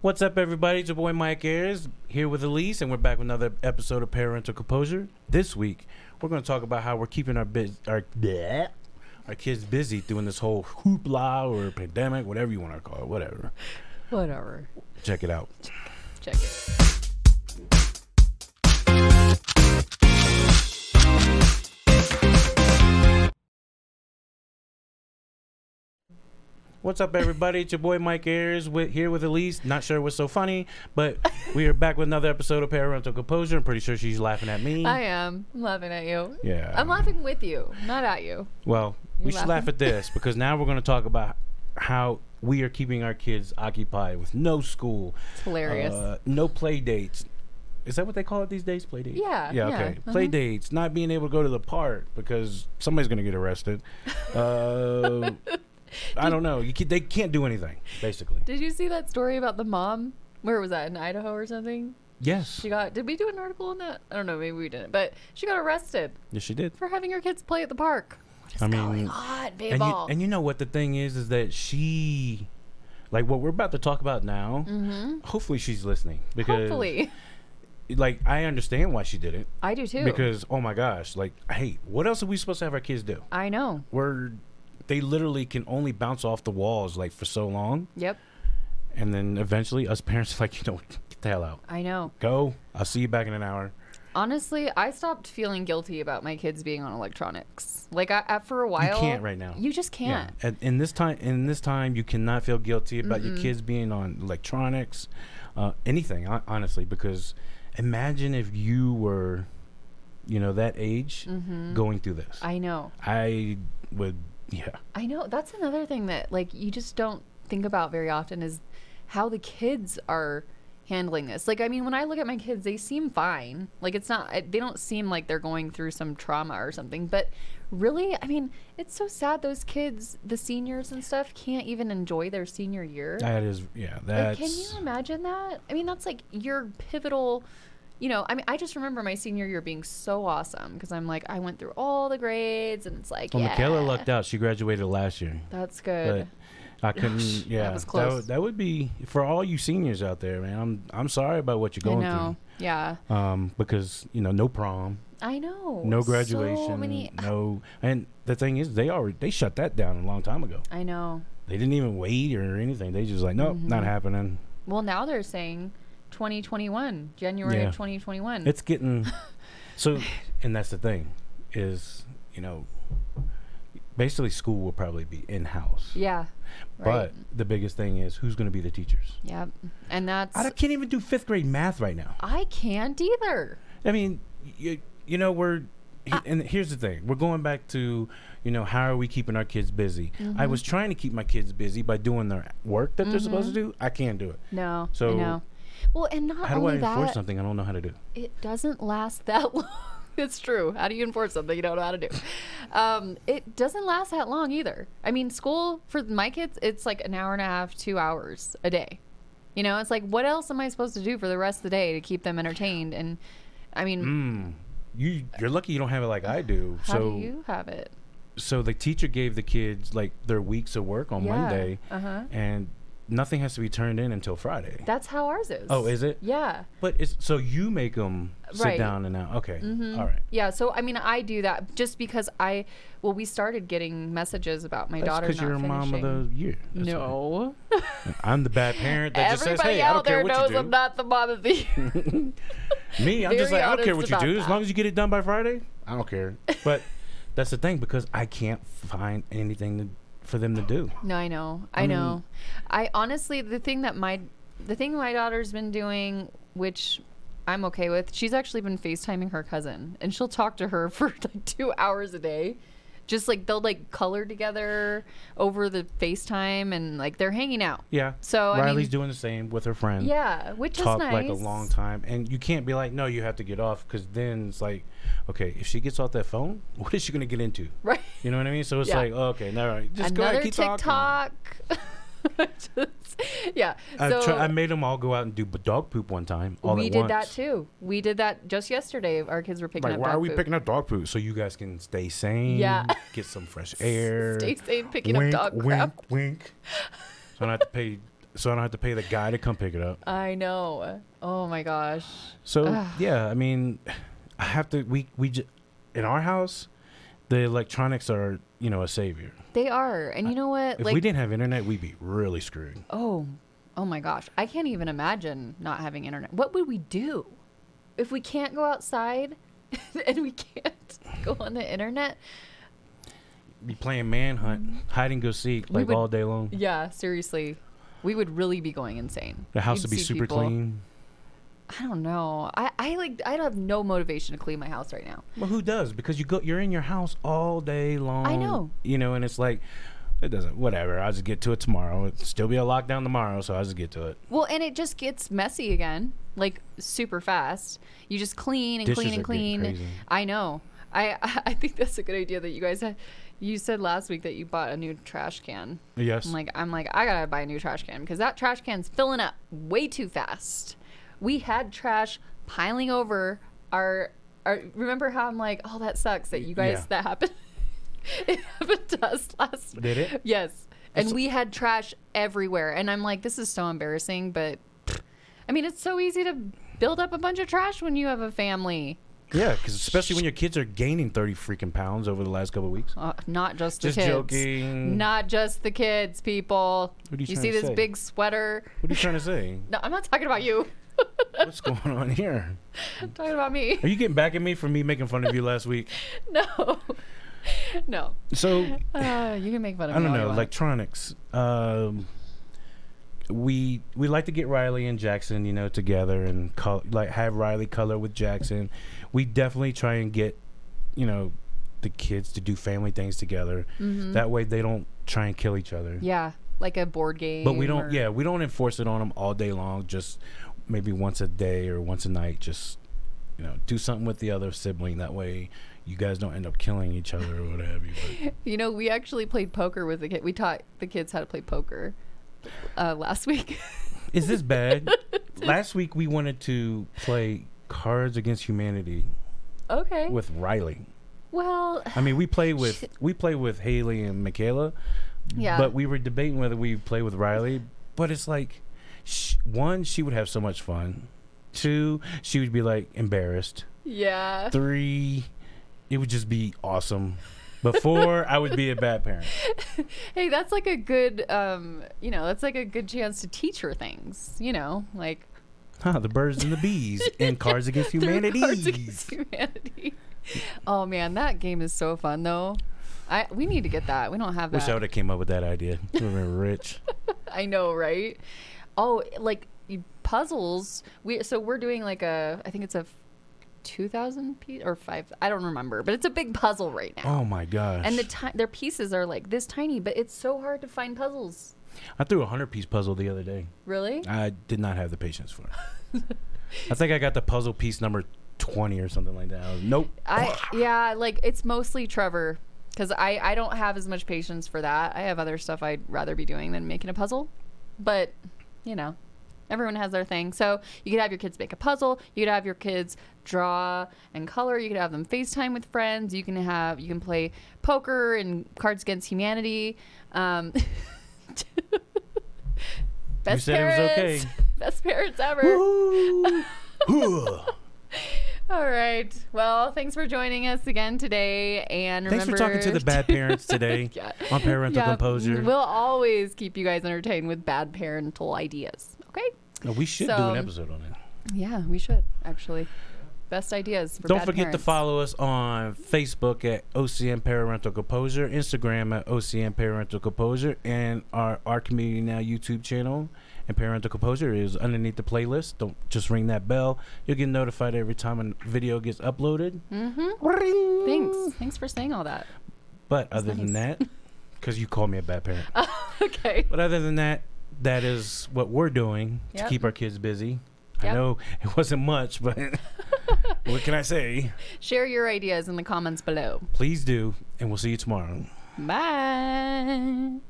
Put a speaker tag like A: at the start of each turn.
A: What's up, everybody? It's your boy Mike Ayers here with Elise, and we're back with another episode of Parental Composure. This week, we're going to talk about how we're keeping our biz- our bleh, our kids busy doing this whole hoopla or pandemic, whatever you want to call it, whatever.
B: Whatever.
A: Check it out.
B: Check it.
A: What's up, everybody? It's your boy Mike Ayers with, here with Elise. Not sure what's so funny, but we are back with another episode of Parental Composure. I'm pretty sure she's laughing at me.
B: I am. I'm laughing at you.
A: yeah,
B: I'm laughing with you, not at you.
A: Well, we should laugh
B: laughing?
A: at this because now we're going to talk about how we are keeping our kids occupied with no school,
B: It's hilarious.
A: uh, no play dates. Is that what they call it these days? Play dates. Yeah.
B: Yeah, yeah, Mm-hmm.
A: Okay. Play dates. Not being able to go to the park because somebody's going to get arrested. Uh, I don't know. You can, they can't do anything basically.
B: did you see that story about the mom? Where was that? In Idaho or something?
A: Yes.
B: She got. Did we do an article on that? I don't know. Maybe we didn't. But she got arrested
A: Yes, she did.
B: for having her kids play at the park. What is
A: I mean,
B: going on, babe?
A: and you,
B: all?
A: and you know what the thing is is that she, like what we're about to talk about now. Hopefully she's listening because
B: Mm-hmm. Hopefully,
A: like I understand why she did it
B: I do too.
A: because oh my gosh, like hey, what else are we supposed to have our kids do?
B: I know.
A: We're they literally can only bounce off the walls like for so long,
B: Yep,
A: and then eventually us parents are like you know what, get the hell out,
B: I know.
A: go. I'll see you back in an hour.
B: Honestly, I stopped feeling guilty about my kids being on electronics. Like I, I- for a while,
A: can't right now.
B: You just can't.
A: And in this time, in this time, you cannot feel guilty about your kids being on electronics, uh, anything hon- honestly, because imagine if you were, you know, that age, going through this.
B: I know.
A: I would, yeah.
B: I know that's another thing that like you just don't think about very often is how the kids are handling this. Like I mean, when I look at my kids, they seem fine. Like it's not I- they don't seem like they're going through some trauma or something, but really, I mean, it's so sad those kids, the seniors and stuff can't even enjoy their senior year.
A: That is, yeah.
B: Like,
A: That's
B: can you imagine that? I mean, that's like your pivotal. You know, I mean, I just remember my senior year being so awesome because I'm like, I went through all the grades, and it's like,
A: well,
B: yeah,
A: Michaela lucked out. She graduated last year,
B: That's good.
A: but I couldn't. Yeah,
B: was
A: would-
B: close.
A: that would be for all you seniors out there, man. I'm I'm sorry about what you're
B: I
A: going
B: know. Yeah,
A: through. Um, because you know, no prom,
B: I know.
A: no
B: So
A: graduation,
B: many-
A: no. And the thing is, they already they shut that down a long time ago.
B: I know.
A: They didn't even wait or anything. They just like, nope,
B: Mm-hmm.
A: not happening.
B: Well, now they're saying 2021, January
A: Yeah.
B: of 2021.
A: It's getting so, and that's the thing is, you know, basically school will probably be in house.
B: yeah, right.
A: But the biggest thing is who's going to be the teachers.
B: yeah, and that's
A: I
B: I,
A: can't even do fifth grade math right now.
B: can't either.
A: I mean, you, you know, we're he- and here's the thing: we're going back to, you know, how are we keeping our kids busy? I was trying to keep my kids busy by doing their work that they're supposed to do. I can't do it.
B: No,
A: So,
B: I know. Well, and not
A: How do I
B: only
A: enforce
B: that,
A: something I don't know how to do?
B: it doesn't last that long. it's true. How do you enforce something you don't know how to do? Um, it doesn't last that long either. I mean, school for my kids, it's like an hour and a half, two hours a day. You know, it's like, what else am I supposed to do for the rest of the day to keep them entertained? And I mean,
A: Mm, You you're lucky you don't have it like I do.
B: how
A: so
B: do you have it?
A: so the teacher gave the kids like their weeks of work on
B: Yeah.
A: Monday,
B: Uh-huh.
A: and nothing has to be turned in until Friday.
B: That's how ours is.
A: oh, is it?
B: Yeah.
A: But it's so you make them sit
B: Right. Mm-hmm.
A: down and now. Okay, all right.
B: Yeah. So, I mean, I do that just because I, well, we started getting messages about my
A: That's
B: daughter
A: because
B: not
A: you're a mom of
B: finishing.
A: the year. That's why.
B: No.
A: I'm the bad parent that just says,
B: Everybody
A: "Hey, I don't
B: out
A: care
B: there
A: what
B: knows
A: you
B: I'm
A: do."
B: not the mom of the year.
A: Me, I'm just
B: very
A: like, I don't care what
B: honest
A: you do
B: about
A: as
B: that.
A: long as you get it done by Friday. I don't care. But that's the thing because I can't find anything to, for them to do.
B: No, I know. I,
A: Mm-hmm.
B: know. I honestly, the thing that my, the thing my daughter's been doing, which I'm okay with, she's actually been FaceTiming her cousin, and she'll talk to her for like two hours a day. Just like they'll like color together over the FaceTime, and like they're hanging out.
A: Yeah.
B: So, I
A: Riley's
B: mean-
A: doing the same with her friend.
B: Yeah, which
A: Talk
B: is nice.
A: like a long time, and you can't be like, no, you have to get off, because then it's like, okay, if she gets off that phone, what is she gonna get into?
B: Right.
A: You know what I mean? So it's
B: Yeah.
A: like, oh, okay, all right, just go
B: Another
A: ahead, keep talking.
B: TikTok. Just- yeah.
A: I,
B: so
A: tr- I made them all go out and do b- dog poop one time. All
B: we
A: at
B: did
A: once.
B: that too. We did that just yesterday. Our kids were picking
A: Like,
B: up.
A: why
B: dog
A: are we
B: poop.
A: picking up dog poop? So you guys can stay sane.
B: Yeah.
A: Get some fresh air.
B: Stay sane, picking
A: wink,
B: up dog
A: wink,
B: crap.
A: wink. So I don't have to pay so I don't have to pay the guy to come pick it up.
B: I know. Oh my gosh.
A: So
B: Ugh.
A: yeah, I mean, I have to. We we j- in our house, the electronics are you know a savior.
B: They are. And you know what?
A: Uh, If we didn't have internet, we'd be really screwed.
B: Oh, oh my gosh. I can't even imagine not having internet. What would we do if we can't go outside and we can't go on the internet?
A: Be playing manhunt, hide and go seek
B: Mm-hmm. We
A: like
B: would-
A: all day long.
B: Yeah, seriously. We would really be going insane.
A: The house would
B: You'd
A: be
B: see
A: super
B: people-
A: clean.
B: I don't know. I, I like I have no motivation to clean my house right now.
A: Well, who does? Because you go, you're in your house all day long.
B: know.
A: You know, and it's like, it doesn't. Whatever. I'll just get to it tomorrow. It'll still be a lockdown tomorrow, so I'll just get to it.
B: Well, and it just gets messy again, like super fast. You just clean and
A: Dishes
B: clean and
A: are getting
B: clean.
A: crazy.
B: I know. I I think that's a good idea that you guys had. You said last week that you bought a new trash can.
A: Yes.
B: I'm like, I'm like, I gotta buy a new trash can because that trash can's filling up way too fast. We had trash piling over our. our remember how I'm like, oh, that sucks that you guys
A: Yeah.
B: that happened. it happened to us last.
A: Did it?
B: Yes, and
A: That's-
B: we had trash everywhere, and I'm like, this is so embarrassing, but I mean, it's so easy to build up a bunch of trash when you have a family.
A: yeah, because especially when your kids are gaining thirty freaking pounds over the last couple of weeks.
B: Uh, not just the
A: Just
B: kids.
A: joking.
B: Not just the kids, people.
A: What are you
B: you
A: trying
B: see
A: to
B: this
A: say?
B: big sweater.
A: What are you trying to say?
B: No, I'm not talking about you.
A: What's going on here?
B: I'm talking about me.
A: Are you getting back at me for me making fun of you last week?
B: No. No.
A: So
B: Uh, you can make fun of
A: I
B: me.
A: don't
B: all you
A: know
B: want.
A: electronics. Um, we we like to get Riley and Jackson, you know, together and col- like have Riley color with Jackson. We definitely try and get, you know, the kids to do family things together. That way they don't try and kill each other.
B: Mm-hmm. Yeah, like a board game.
A: But we don't.
B: or-
A: Yeah, we don't enforce it on them all day long. Just maybe once a day or once a night. Just you know, do something with the other sibling. That way you guys don't end up killing each other or whatever. But
B: You know, we actually played poker with the kid. We taught the kids how to play poker uh, last week.
A: is this bad? Last week we wanted to play Cards Against Humanity
B: okay.
A: with Riley.
B: well,
A: I mean, we play with we play with Haley and Michaela,
B: yeah.
A: but we were debating whether we play with Riley. But it's like, sh- one, she would have so much fun. Two, she would be like embarrassed.
B: yeah.
A: three, it would just be awesome. But four, I would be a bad parent.
B: hey, that's like a good, um, you know, that's like a good chance to teach her things. You know, like
A: Huh, the birds and the bees and Cards Against
B: through
A: Humanity.
B: Cards Against Humanity. oh man, that game is so fun though. I we need to get that. We don't have that.
A: Wish I would have came up with that idea. We would have been rich.
B: I know, right? Oh, like you- puzzles. We so we're doing like a I think it's a two thousand piece or five. I don't remember, but it's a big puzzle right now.
A: Oh my gosh!
B: And the ti- their pieces are like this tiny, but it's so hard to find puzzles.
A: I threw a hundred piece puzzle the other day.
B: Really?
A: I did not have the patience for. it. I think I got the puzzle piece number twenty or something like that. I was- nope.
B: I yeah, like it's mostly Trevor because I I don't have as much patience for that. I have other stuff I'd rather be doing than making a puzzle, but you know, everyone has their thing. So you could have your kids make a puzzle. You could have your kids draw and color. You could have them FaceTime with friends. You can have you can play poker and Cards Against Humanity. Um, best
A: said it was
B: parents,
A: okay.
B: best parents ever.
A: Woo. Huh.
B: All right. Well, thanks for joining us again today, and
A: Thanks for talking to
B: remember
A: the bad parents today
B: Yeah.
A: on parental
B: Yeah,
A: composure.
B: We'll always keep you guys entertained with bad parental ideas. Okay.
A: No, we should do
B: So-
A: an episode on it.
B: Yeah, we should actually. Best ideas. For
A: Don't
B: bad
A: forget
B: parents.
A: to follow us on Facebook at OCM Parental Composure, Instagram at OCM Parental Composure, and our our community now YouTube channel. And Parental Composure is underneath the playlist. Don't just ring that bell; you'll get notified every time a video gets uploaded. Mm-hmm.
B: Thanks. Thanks for saying all that.
A: But other than that, because you called me a bad parent.
B: Uh. Okay.
A: But other than that, that is what we're doing to
B: Yep.
A: keep our kids busy. I
B: Yep.
A: know it wasn't much, but what can I say?
B: Share your ideas in the comments below.
A: Please do, and we'll see you tomorrow.
B: Bye.